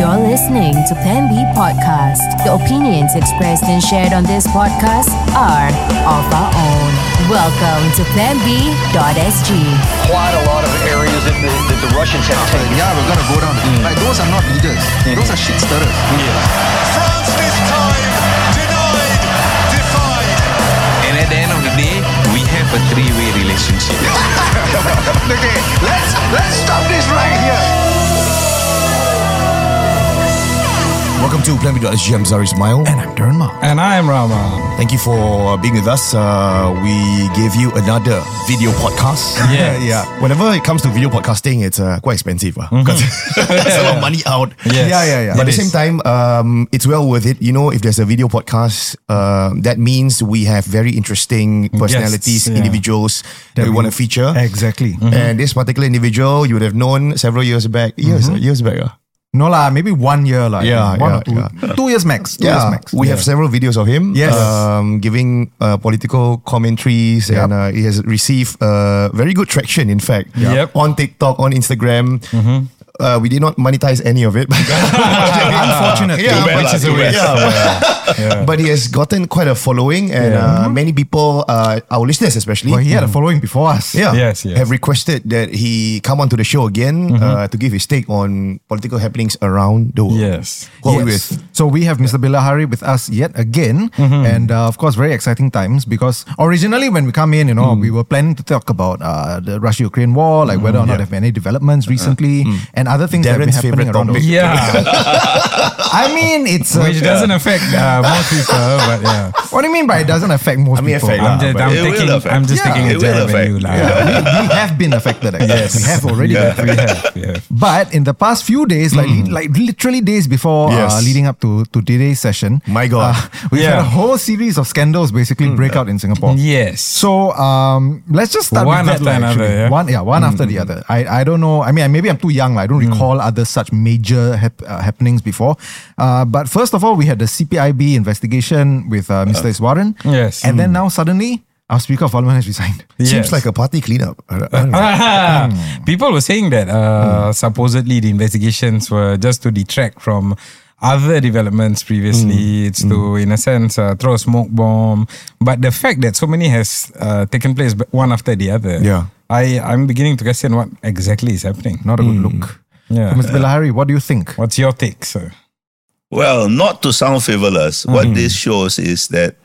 You're listening to Plan B Podcast. The opinions expressed and shared on this podcast are of our own. Welcome to PlanB.sg. quite a lot of areas that the, that the Russians have Like, taken. yeah, we're gonna go down. Mm. Like those are not leaders. Those are shit stirrers. France this time denied, defied. And at the end of the day, we have a three-way relationship. Okay, let's let's stop this right here. Welcome to Plan B.SG. I'm Zari Ismail. And I'm Darren Mark. And I am Rama. Thank you for being with us. Uh, we gave you another video podcast. Yes. Mm-hmm. yeah. Whenever it comes to video podcasting, it's uh, quite expensive. Uh, because it's a lot of money out. Yes, Yeah, yeah, yeah. But at it the same is. time, um, it's well worth it. You know, if there's a video podcast, uh, that means we have very interesting personalities, yeah. individuals that, we want to feature. Mm. Exactly. And this particular individual you would have known several years back. Years, Mm-hmm. years back. Uh. No lah, maybe one year lah. Yeah, one yeah, or two. yeah. Two years max. Two years Yeah, max. we have several videos of him. Yes. um, giving uh, political commentaries, and uh, he has received uh, very good traction. In fact, Yep. on TikTok, on Instagram. Mm-hmm. Uh, we did not monetize any of it, Unfortunately. Yeah, Too but- bad Which is a waste. but he has gotten quite a following, and uh, many people, uh, our listeners especially, mm, Well, he had a following before us. yeah, Yes, yes. have requested that he come onto the show again Mm-hmm. uh, to give his take on political happenings around the world. Yes. What we Yes. with? So we have Mr. Bilahari with us yet again, Mm-hmm. and uh, of course, very exciting times because originally when we come in, you know, Mm. we were planning to talk about uh, the Russia-Ukraine war, like whether or Mm, not there have been any developments recently, and other things Darren's that have been happening favorite around. the topic. world. Yeah. I mean, it's uh, Which doesn't affect uh, most people, but yeah. what do you mean by it doesn't affect most mean, people? affect I'm just, I'm It will taking, affect. I'm just Yeah. taking It a will jab at you. affect. lah. Yeah, we, we have been affected. Actually. Yes. We have already. been We affected. have, we have. But in the past few days, like li- like literally days before uh, Yes. leading up to, to today's session, uh, My God. we've had Yeah. a whole series of scandals basically break out in Singapore. Yes. So um, let's just start One with that, after lah, actually. another, yeah. One, yeah, one after the other. I, I don't know. I mean, I- maybe I'm too young. lah. I don't recall other such major hap- uh, happenings before. Uh, but first of all, we had the CPIB investigation with uh, Mr. Iswaran. Yes. And then now suddenly, our Speaker of Parliament has resigned. Yes. Seems like a party cleanup. I don't- I don't know. Ah, People were saying that uh, supposedly the investigations were just to detract from other developments previously. It's to, in a sense, uh, throw a smoke bomb. But the fact that so many has uh, taken place b- one after the other, Yeah. I, I'm beginning to question what exactly is happening. Not a good look. Yeah. Mr. Bilahari, what do you think? What's your take, sir? Well, not to sound frivolous, what this shows is that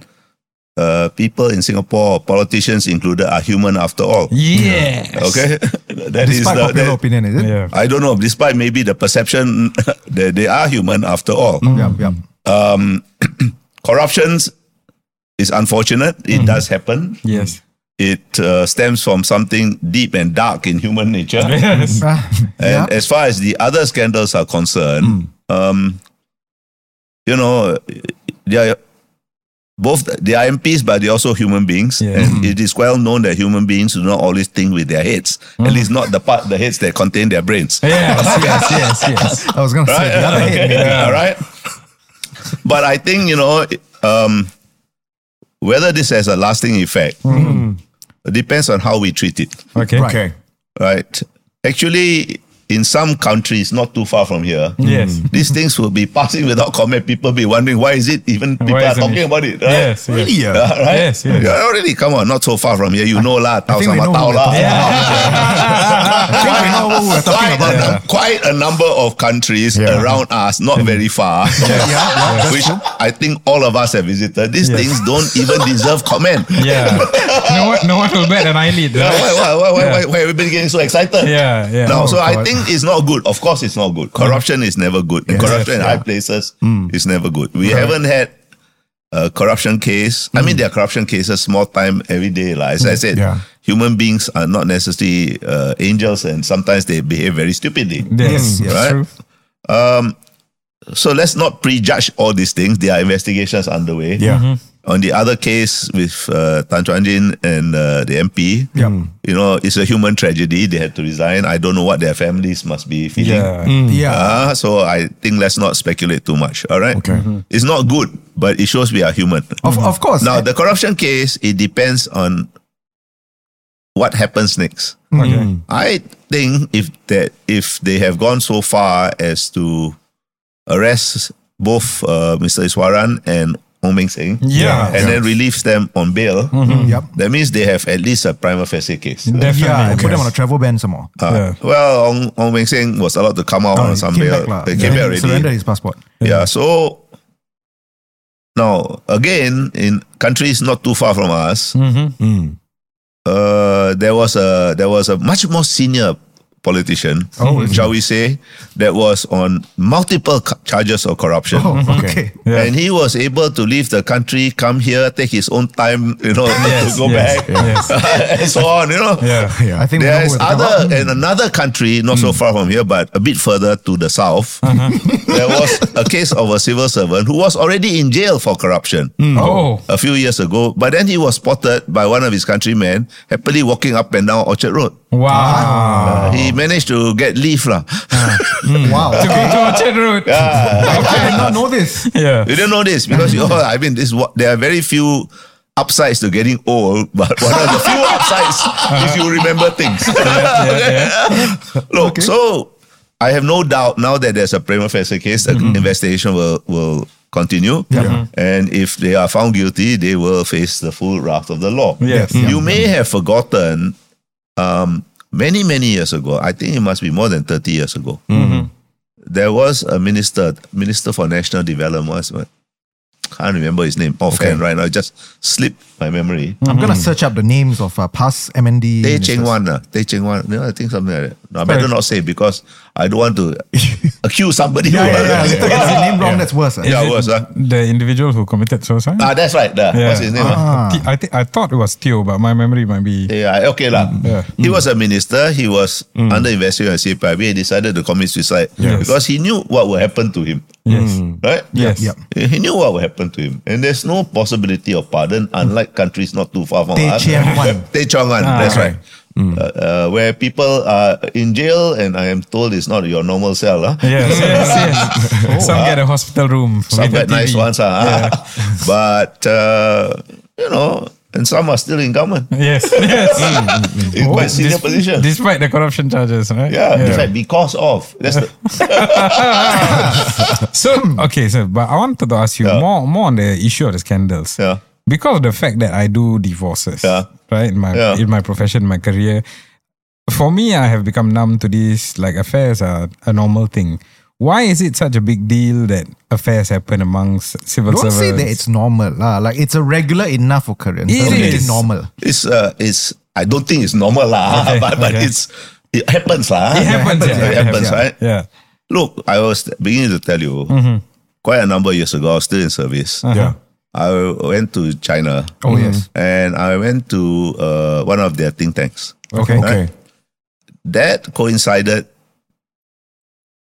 uh, people in Singapore, politicians included, are human after all. Yes. Okay, that is Despite the- popular that- opinion, is it? Yeah. I don't know. Despite maybe the perception that they are human after all, Yeah, yeah. corruptions is unfortunate. It does happen. Yes. It uh, stems from something deep and dark in human nature. Yes. Ah, yeah. And as far as the other scandals are concerned, um, you know, they are both they are MPs, but they're also human beings, Yeah. and it is well known that human beings do not always think with their heads. At least not the part the heads that contain their brains. Yes, yes, yes, yes. I was going to say the other head. maybe. All right. But I think you know um, whether this has a lasting effect depends on how we treat it. Okay. Okay. Right. Actually, in some countries, not too far from here, Yes. Mm. these things will be passing without comment. People be wondering why is it even people Why are isn't talking it? about it. Right? Yes. yes. Yeah. Yeah, right? Yes, yes. Yeah, already, Oh, come on, not so far from here. You know lah, tao think we sama know who tao we're lah. talking Quite- know who we're talking quite about a now. num- Quite a number of countries Yeah. around us, not very far, which I think all of us have visited. These Yes. things don't even deserve comment. Yeah. No one, no one will bet an eyelid. Why, why, Right? why, why, why, why everybody getting so excited? Yeah, Oh, yeah. No, so I God. think it's not good. Of course, it's not good. Corruption is never good. And corruption in high places Hmm. is never good. We haven't had a corruption case. Hmm. I mean, there are corruption cases small time every day. Like as I said, Yeah. human beings are not necessarily uh, angels, and sometimes they behave very stupidly. Yes, Yes, yes, right? true. So let's not prejudge all these things. There are investigations underway. Yeah. On the other case with uh, Tan Chuan Jin and uh, the MP, you know, it's a human tragedy. They had to resign. I don't know what their families must be feeling. Yeah. Yeah. Ah, so I think let's not speculate too much. All right. Okay. It's not good, but it shows we are human. Of, of course. Um, Now the corruption case, it depends on what happens next. Mm-hmm. Okay. I think if that if they have gone so far as to arrests both uh, Mr. Iswaran and Ong Meng Seng. Yeah. And then relieves them on bail. Yep. That means they have at least a prima facie case. Definitely. Yeah, and put them yes. on a travel ban some more. Uh, Yeah. Well, Ong, Ong Meng Seng was allowed to come out Oh, he on some came bail. back lah. They came Yeah, he back already. Surrendered his passport. Yeah, so now again in countries not too far from us, Mm-hmm. Mm-hmm. uh, there was a there was a much more senior politician, Oh, Hmm. shall we say, that was on multiple cu- charges of corruption. Oh, okay. yeah. And he was able to leave the country, come here, take his own time, you know, to Yes, go yes, back, and so on, you know. Yeah. Hmm. I think we know There who is we're talking other about. in another country, not so far from here, but a bit further to the south. Uh-huh. there was a case of a civil servant who was already in jail for corruption Oh. a few years ago. But then he was spotted by one of his countrymen happily walking up and down Orchard Road. Mm. Uh, Wow. He managed to get leave lah. Mm. Wow. to go to Orchard Road. I did not know this. Yeah. you didn't know this because you, I mean, this wa- there are very few. Upsides to getting old, but one of the few upsides is you remember things. Look, so I have no doubt now that there's a prima facie case, the investigation will will continue, and if they are found guilty, they will face the full wrath of the law. Yes. You may have forgotten, um, many many years ago. I think it must be more than thirty years ago. Mm-hmm. There was a minister, minister for national development. was- Can't remember his name offhand right now. It Just slipped my memory. I'm going to search up the names of uh, past MND. ministers. Tei Cheng Wan, uh, Tei Cheng Wan. No, I think something like that. No, I better not say because I don't want to accuse somebody. Yeah, who- yeah, yeah. Later gets the name wrong, that's worse. eh? Yeah, Is it worse, huh? The individual who committed suicide. Ah, that's right. the- What's his name? ah? Uh, T- I think I thought it was Teo, but my memory might be. Yeah, okay lah. Yeah. He was a minister. He was under investigation at CPIB. He decided to commit suicide Yes. because he knew what would happen to him. Yes. Right? Yes. Yep. He knew what would happen to him. And there's no possibility of pardon, unlike countries not too far from Teh us. Cheang Wan. Tei Cheang Wan, Ah, that's right. okay. Uh, uh, where people are in jail, and I am told it's not your normal cell. Huh? Yes. Yes. yes. Some get a hospital room. Oh, ah. Some with a got nice TV. ones. ah. but, uh, you know, and some are still in government Yes. Yes. in Oh, quite senior dis- positions. Despite the corruption charges, right? yeah, that's right, because of. That's the, So okay, so but I wanted to ask you Yeah. more more on the issue of the scandals. Yeah. Because of the fact that I do divorces, Yeah. right? In my Yeah. in my profession, my career. For me, I have become numb to these like affairs are a normal thing. Why is it such a big deal that affairs happen amongst civil Don't say servants? that it's normal. lah. Like, it's a regular enough occurrence. It Don't make it is. normal. it's, uh, it's, I don't think it's normal, lah, Okay, but, but okay. it's, it happens. lah. it happens. It happens, yeah, right? Yeah. Look, I was beginning to tell you quite a number of years ago, I was still in service. Yeah. I went to China Mm-hmm. Oh, yes. and I went to uh, one of their think tanks. Okay. Okay. That coincided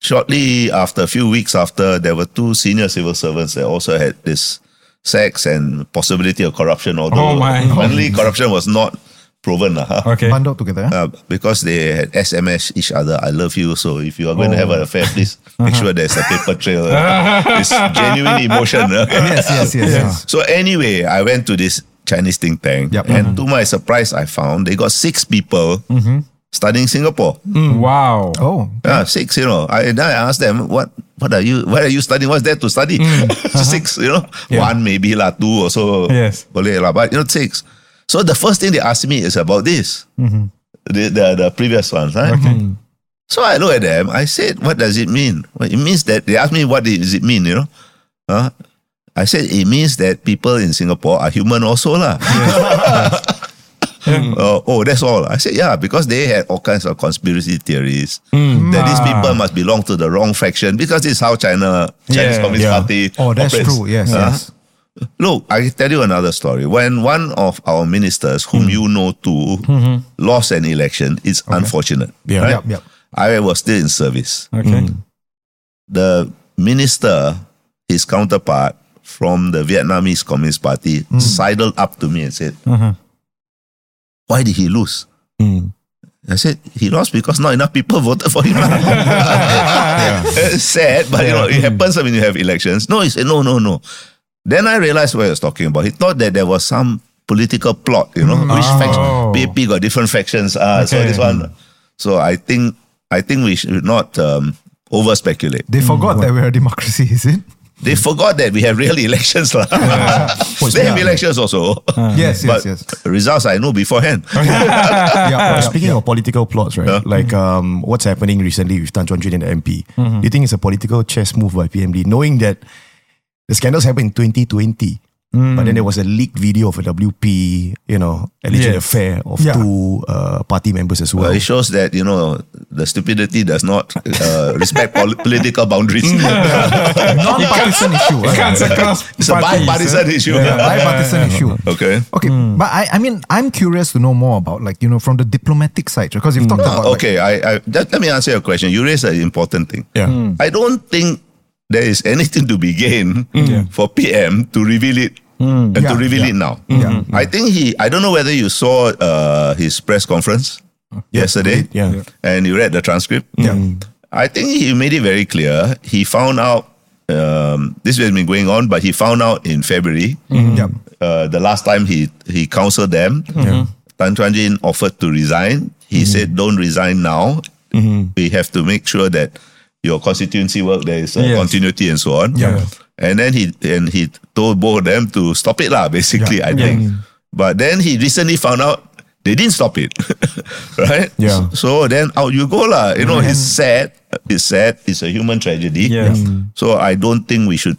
shortly after, a few weeks after, there were two senior civil servants that also had this sex and possibility of corruption, although Oh, my. finally corruption was not proven. uh-huh. lah, huh? Okay. Bundled together. eh? uh, because they had SMS each other, I love you. So if you are going to have an affair, please make sure there's a paper trail. it's genuine emotion. Yes, yes, yes, yes. So anyway, I went to this Chinese think tank, Yup. Mm-hmm. and to my surprise, I found they got six people studying Singapore. Mm-hmm. Wow. mm. Oh, Ah, six, you know. I then I asked them, what what are you what are you studying? What's there to study? Mm. Uh-huh. six, you know. One maybe lah, two or so. Yes. Boleh lah, but you know, six. So the first thing they asked me is about this. Mm-hmm. The, the the previous ones, right? Mm. So I look at them, I said, what does it mean? Well, it means that they asked me what does it mean, you know? Huh? I said it means that people in Singapore are human also lah. Hmm. Uh, oh, that's all. I said, yeah, because they had all kinds of conspiracy theories Hmm. that Ah. these people must belong to the wrong faction because this is how China Chinese Yeah, Communist yeah. Party. oh that's operates. true. Yes, Uh, yes. Look, I tell you another story. When one of our ministers, whom you know too, lost an election, it's unfortunate. Yeah. right? Yep, yep. I was still in service. Hmm. Okay. Mm. The minister, his counterpart from the Vietnamese Communist Party, sidled up to me and said, Uh-huh. Why did he lose? Mm. I said, He lost because not enough people voted for him. It's Sad, but you know, it happens when you have elections. No, he said, No, no, no. Then I realized what he was talking about. He thought that there was some political plot, you know, which Mm. faction Oh. PAP got different factions. Uh, So Okay. this one. So I think I think we should not um, over speculate. They forgot that we're a democracy, is it? They forgot that we have real elections. lah. they have elections also. Yes, yes, but yes. results I know beforehand. Yeah, Uh, yeah, Uh, Mm-hmm. Speaking of political plots, right? Like um, what's happening recently with Tan Chuan Jin and the MP. Mm-hmm. Do you think it's a political chess move by PMD, knowing that the scandals happened in 2020, Mm. but then there was a leaked video of a WP, you know, alleged Yes. affair of Yeah. two uh, party members as well. Well, it shows that you know the stupidity does not uh, respect pol- political boundaries. non-partisan issue. It cuts across it's a parties, bipartisan eh? issue. Bipartisan issue. Okay. Okay, but I, I mean, I'm curious to know more about like you know from the diplomatic side because you've talked about like, Ah, Okay. I, I that, let me answer your question. You raised an important thing. Yeah. Mm. I don't think there is anything to be gained for PM to reveal it and to Yeah, reveal yeah. it now. Yeah. I think he. I don't know whether you saw uh, his press conference yesterday. Yeah. Yeah. And you read the transcript. yeah, I think he made it very clear. He found out um, this has been going on, but he found out in February, Mm. yeah, uh, the last time he he counseled them. Tan Chuan Jin offered to resign. He said, "Don't resign now. We have to make sure that your constituency work there is uh, Yes. continuity and so on." Yeah. And then he and he told both of them to stop it lah. Basically, I think. But then he recently found out they didn't stop it, right? Yeah. So then out you go lah. You know, it's sad. It's sad. It's a human tragedy. Yeah. Mm. So I don't think we should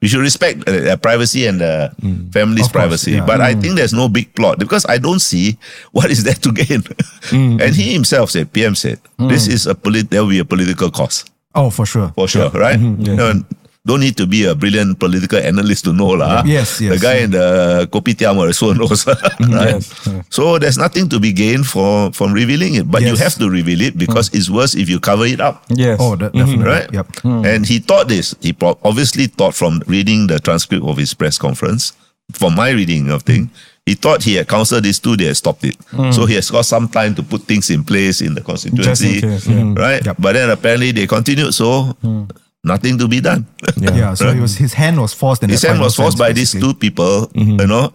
we should respect uh, their privacy and the family's Mm. Of course, yeah. privacy. Mm. But I think there's no big plot because I don't see what is there to gain. Mm. and he himself said, PM said, this is a polit- there will be a political cost Oh, for sure. Mm-hmm. for sure, right? No, don't need to be a brilliant political analyst to know lah. ah. Yes, yes. Mm-hmm. The guy in the kopitiam or so knows, right? Yes, yeah. So there's nothing to be gained from from revealing it, but you Yes. Mm. have to reveal it because it's worse if you cover it up, Yes. Oh, de- definitely. Mm-hmm. right? Yep. And he thought this. He pro- obviously thought from reading the transcript of his press conference, from my reading of thing. He thought he had counseled these two, they had stopped it. Hmm. So he has got some time to put things in place in the constituency, case, yeah. right? Yep. Hmm. But then apparently they continued, so nothing to be done. Yeah. So it was his hand was forced. In His that hand final was forced sense, by these basically. Mm-hmm. two people, you know.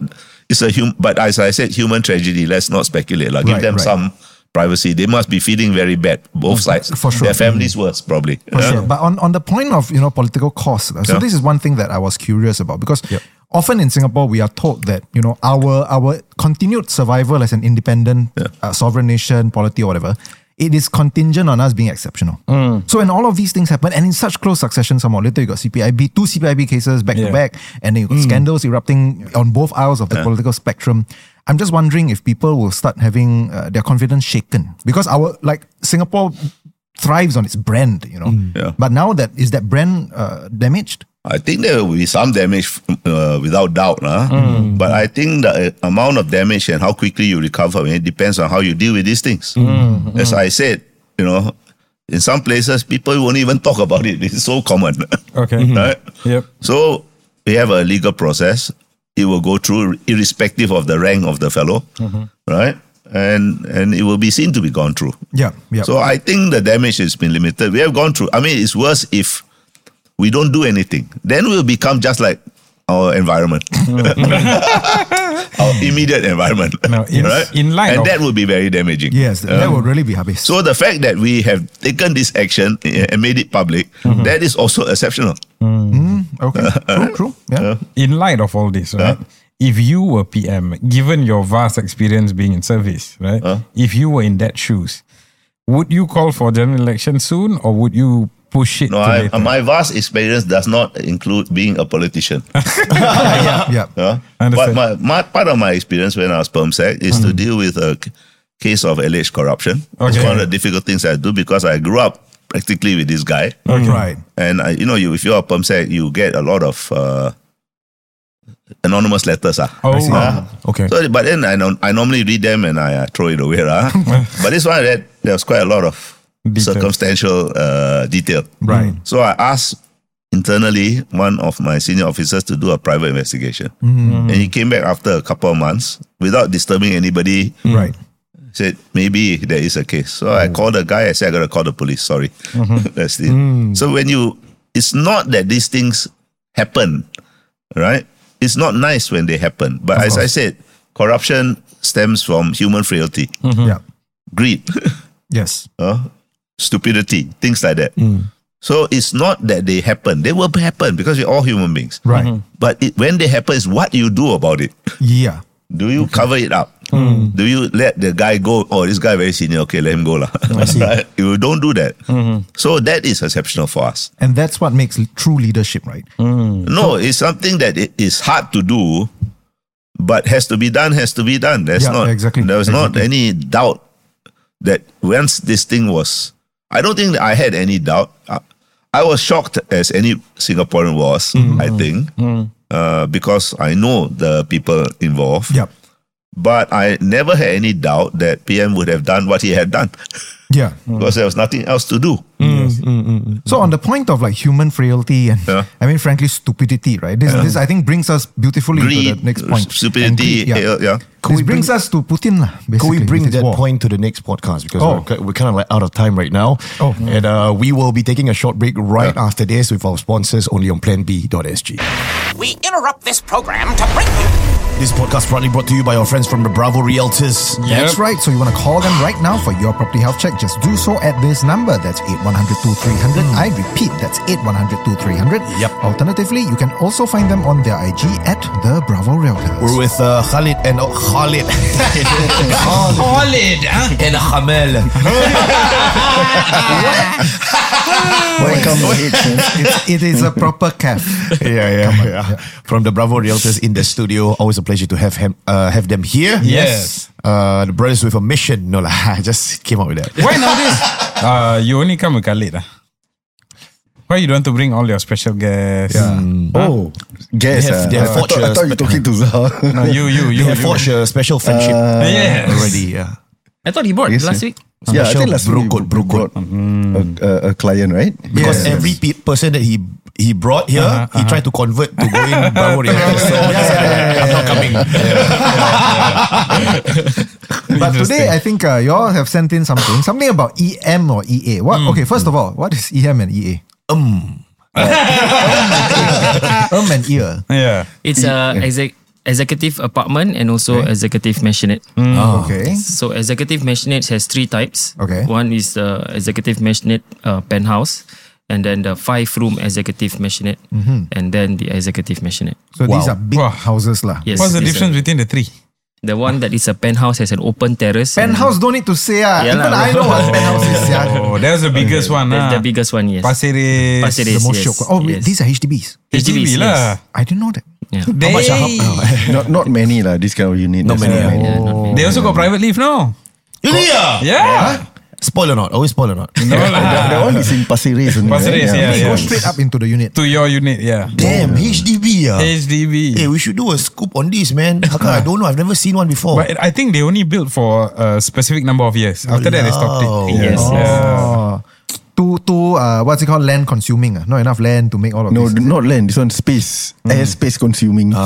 It's a hum- but as I said, human tragedy. Let's not speculate. Like, give Right, them right. some privacy. They must be feeling very bad, both sides. For sure. Mm-hmm. Their families worse, probably. For Yeah. sure. But on, on the point of you know political costs, uh, so Yeah. this is one thing that I was curious about because often in Singapore we are told that you know our our continued survival as an independent uh, sovereign nation, polity or whatever, it is contingent on us being exceptional. Mm. So when all of these things happen and in such close succession, somehow later you got CPIB, two CPIB cases back to Yeah. back, and then you got Mm. scandals erupting on both aisles of the political spectrum. I'm just wondering if people will start having uh, their confidence shaken because our like Singapore thrives on its brand, you know. Yeah. But now that is that brand uh, damaged? I think there will be some damage, uh, without doubt. Huh? But I think the uh, amount of damage and how quickly you recover from it depends on how you deal with these things. As I said, you know, in some places people won't even talk about it. It's so common, Okay. Mm-hmm. right? Yep. So we have a legal process. It will go through irrespective of the rank of the fellow, Mm-hmm. right? And and it will be seen to be gone through. Yeah, yeah. So I think the damage has been limited. We have gone through. I mean, it's worse if we don't do anything. Then we'll become just like our environment, our immediate environment, Mm-hmm. No, in- in line and of- that will be very damaging. yes, Uh, that would really be habis. so the fact that we have taken this action eh, and made it public, Mm-hmm. that is also exceptional. okay, true, true. uh, Yeah. in light of all this, right? If you were PM, given your vast experience being in service, right? If you were in that shoes, would you call for general election soon, or would you push it? No, to I, later? my vast experience does not include being a politician. yeah, Huh? Understand. Mm-hmm. But my, my part of my experience when I was perm sec is to deal with a c- case of alleged corruption. It's Okay. one of the difficult things I do because I grew up practically with this guy, Oh. right. and I, you know, you if you're a perm sec, you get a lot of uh, anonymous letters. Ah. oh, Ah. Okay. So, but then I don't, I normally read them and I uh, throw it away. ah. but this one I read, there was quite a lot of Detail. circumstantial uh, detail. Right. So I asked internally one of my senior officers to do a private investigation. And he came back after a couple of months without disturbing anybody. Right. Said, maybe there is a case. So I called the guy. I said, I got to call the police. Sorry. That's it. So when you, it's not that these things happen, right? It's not nice when they happen. But as I said, corruption stems from human frailty, Mm. Yeah. greed, Yes. uh, stupidity, things like that. So it's not that they happen. They will happen because we're all human beings. Right. Mhm. But it, when they happen, it's what you do about it. Yeah. Do you cover it up? Do you let the guy go? Oh, this guy very senior. Okay, let him go lah. Right? you don't do that. So that is exceptional for us. And that's what makes true leadership, right? No, it's something that it is hard to do, but has to be done. Has to be done. There's Yeah, not exactly, There's not exactly. any doubt that once this thing was, I don't think that I had any doubt. I, I was shocked as any Singaporean was. Mm. I think uh, because I know the people involved. Yep. But I never had any doubt that PM would have done what he had done Yeah. because there was nothing else to do. Mm. So on the point of like human frailty and Yeah. I mean frankly stupidity, right? This, this I think brings us beautifully to the Greed, next point. And stupidity, greed, yeah. yeah. yeah. This we brings us to Putin, lah, basically. Could we bring with his war. that point to the next podcast because Oh. we're, we're kind of like out of time right now. Oh. And uh, we will be taking a short break right after this with our sponsors only on planb.sg. We interrupt this program to bring you. This podcast proudly brought to you by our friends from the Bravo Realtors. That's right. So you want to call them right now for your property health check? Just do so at this number. That's 8100-2300. I repeat, that's 8100-2300. Yep. Alternatively, you can also find them on their IG at the Bravo Realtors. We're with uh, Khalid and oh, Khalid. Khalid and Hamel. Welcome to it, man. It's, it is a proper calf. yeah, yeah, yeah. From the Bravo Realtors in the studio. Always a pleasure to have him, uh, have them here. Yes. Uh, the brothers with a mission. No, lah, I just came up with that. Why nowadays? uh, you only come with Khalid. ah. Why you don't want to bring all your special guests? Mm. Oh, guess. They have- ah. they have I, thought, I fortune. thought you were talking to Zah. No, you, You you, you. Uh, have you. forged a special friendship Yes. Uh, already. Yeah. I thought he bought Yes, last yeah. week. yeah, I Michelle think last week we Brokot, brought Brokot. a, a, a client, right? Because Yes. every pe- person that he he brought here, he tried to convert to going Bravo Realtors. So Uh-huh, Yeah, yeah, yeah, yeah, I'm not coming. But today, I think uh, you all have sent in something. Something about EM or EA. What? Okay, first of all, what is EM and E EA? Um. um and ear. Yeah. It's a exec- executive apartment and also executive mansionette. Mm. Okay. So executive mansionette has three types. Okay. One is the executive mansionette uh, penthouse, and then the five room executive mansionette, Mm-hmm. and then the executive mansionette. So these are big Wow. houses lah. Yes. What's the it's difference a- between the three? the one that is a penthouse has an open terrace. and Penthouse don't need to say ah. Yeah Even lah. I know what penthouse is. Yeah. Oh, that's the biggest one. That's ah. the biggest one. Yes. Pasir Ris. Pasir Ris. The most yes, shock. Oh, wait, yes. these are HDBs. HDBs, HDB lah. yes. I didn't know that. Yeah. They, not not many lah. This kind of unit. Not many, ah. Yeah, not bad. Oh. they also got private leave now. Ilya! Yeah. Spoil or not? Always spoil or not? No That, that lah. one is in Pasir Ris. only, Pasir right? Ris, yeah, They yeah. go straight up into the unit. To your unit, yeah. Damn, HDB. ah. Hey, HDB. we should do a scoop on this, man. How come I don't know? I've never seen one before. But I think they only built for a specific number of years. After that, they stopped it. Yes, Yeah. yes. Oh. Too too uh, what's it called? Land consuming. ah. Not enough land to make all of No, this. Hmm. not land. This one space. Air space Oh, consuming.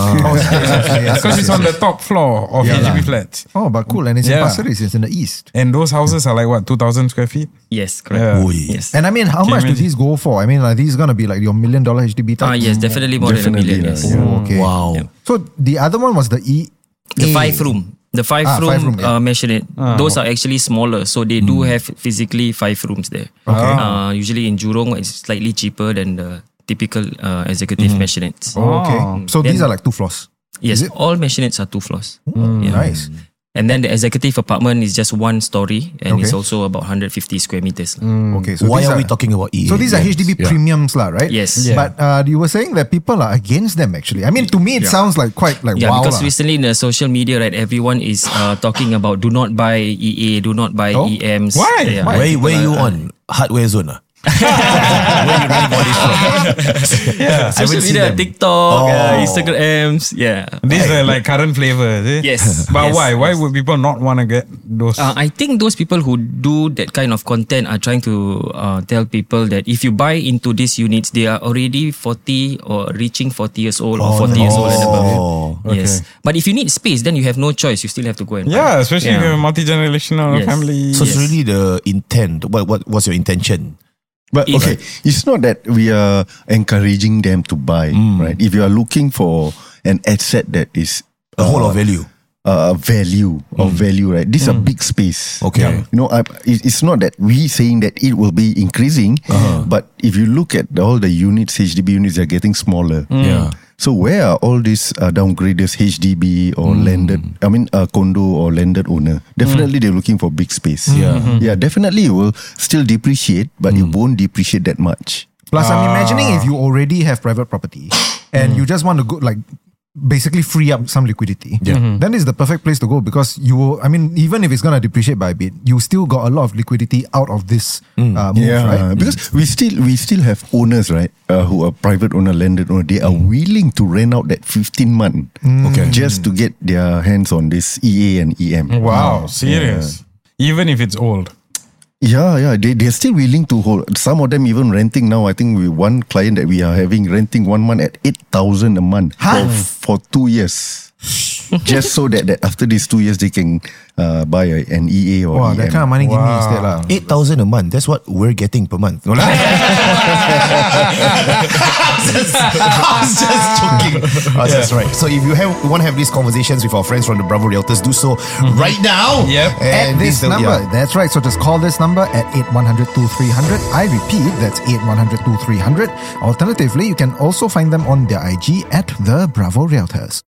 Because it's on the top floor of Yeah HDB lah. flats. Oh, but cool. And it's in Yeah. Pasir Ris. It's in the east. And those houses are like what, 2,000 square feet? Yes, correct. Yeah. Oi. Yes. And I mean, how Can you much do imagine? these go for? I mean, are these gonna be like your million dollar HDB type? Ah, yes, definitely more Definitely than lah, a million. Yes. yeah. Oh, okay. Wow. Yeah. So the other one was the E. The A. five room. The five Ah, room, five room, yeah. Hmm. uh, mansionette. Ah. Those are actually smaller, so they do have physically five rooms there. Okay. Uh, usually in Jurong, it's slightly cheaper than the typical uh, executive mansionettes. Oh, okay. So these Then- are like two floors. Yes, is it? Hmm, all mansionettes are two floors. Yeah. Nice. And then the executive apartment is just one story, and it's Okay. Hmm, also about 150 square meters. Okay. So Why these are, we talking about EA? So these are plans? HDB Yeah. premiums, lah, right? Yes. Yeah. But uh, you were saying that people are against them. Actually, I mean, to me, it sounds like quite like Yeah, wow. because lah. recently in the social media, right, everyone is uh, talking about do not buy EA, do not buy Oh? EMs. Why? Yeah. Where, where you on? Hardware zone? ah? where you reading all this from? yeah, I Social haven't seen media, them. TikTok, Oh. uh, Instagrams, yeah. These are like current flavors. Eh? Yes, But yes, why? Why yes. would people not want to get those? Uh, I think those people who do that kind of content are trying to uh, tell people that if you buy into these units, they are already 40 or reaching 40 years old Oh, or 40 years old and above. Oh. Yes. But if you need space, then you have no choice. You still have to go and yeah, buy. especially if you're a multi generational Yes. family. So it's Yes. really the intent. What what what's your intention? But If- okay, it's not that we are encouraging Mm. them to buy, right? If you are looking for an asset that is The whole uh, of value. uh, value or Mm. value, right? This is a big space. Okay. Yeah. You know, I, it- it's not that we saying that it will be increasing, Uh-huh. but if you look at all the units, HDB units are getting smaller. Mm. Yeah. So where are all these uh, downgraders, HDB Mm. or landed? I mean, uh, condo or landed owner. Definitely, they're looking for big space. Yeah. Mm. yeah. Definitely, it will still depreciate, but it won't depreciate that much. Plus, I'm imagining if you already have private property and you just want to go like basically free up some liquidity, yeah. Mm-hmm. then it's the perfect place to go because you will, I mean, even if it's going to depreciate by a bit, you still got a lot of liquidity out of this uh, move, right? because we still we still have owners, right? Uh, who are private owner, landed owner. They are Mm. willing to rent out that fifteen month, Okay. just to get their hands on this EA and E EM. Oh, Wow, serious. Even if it's old. Yeah, yeah. They they're still willing to hold. Some of them even renting now. I think we one client that we are having renting one month at eight thousand a month for, for two years. Just so that, that after these two years they can uh, buy a, an EA or E Wow, EM. that kind of money give me instead. lah. 8,000 a month. That's what we're getting per month. No lah. I was just- I was just joking. I was just right. So if you have want to have these conversations with our friends from the Bravo Realtors, do so Mm-hmm. right now. Yep. At And this is the- number. yeah. That's right. So just call this number at 8100-2300. I repeat, that's 8100-2300. Alternatively, you can also find them on their IG at the Bravo Realtors.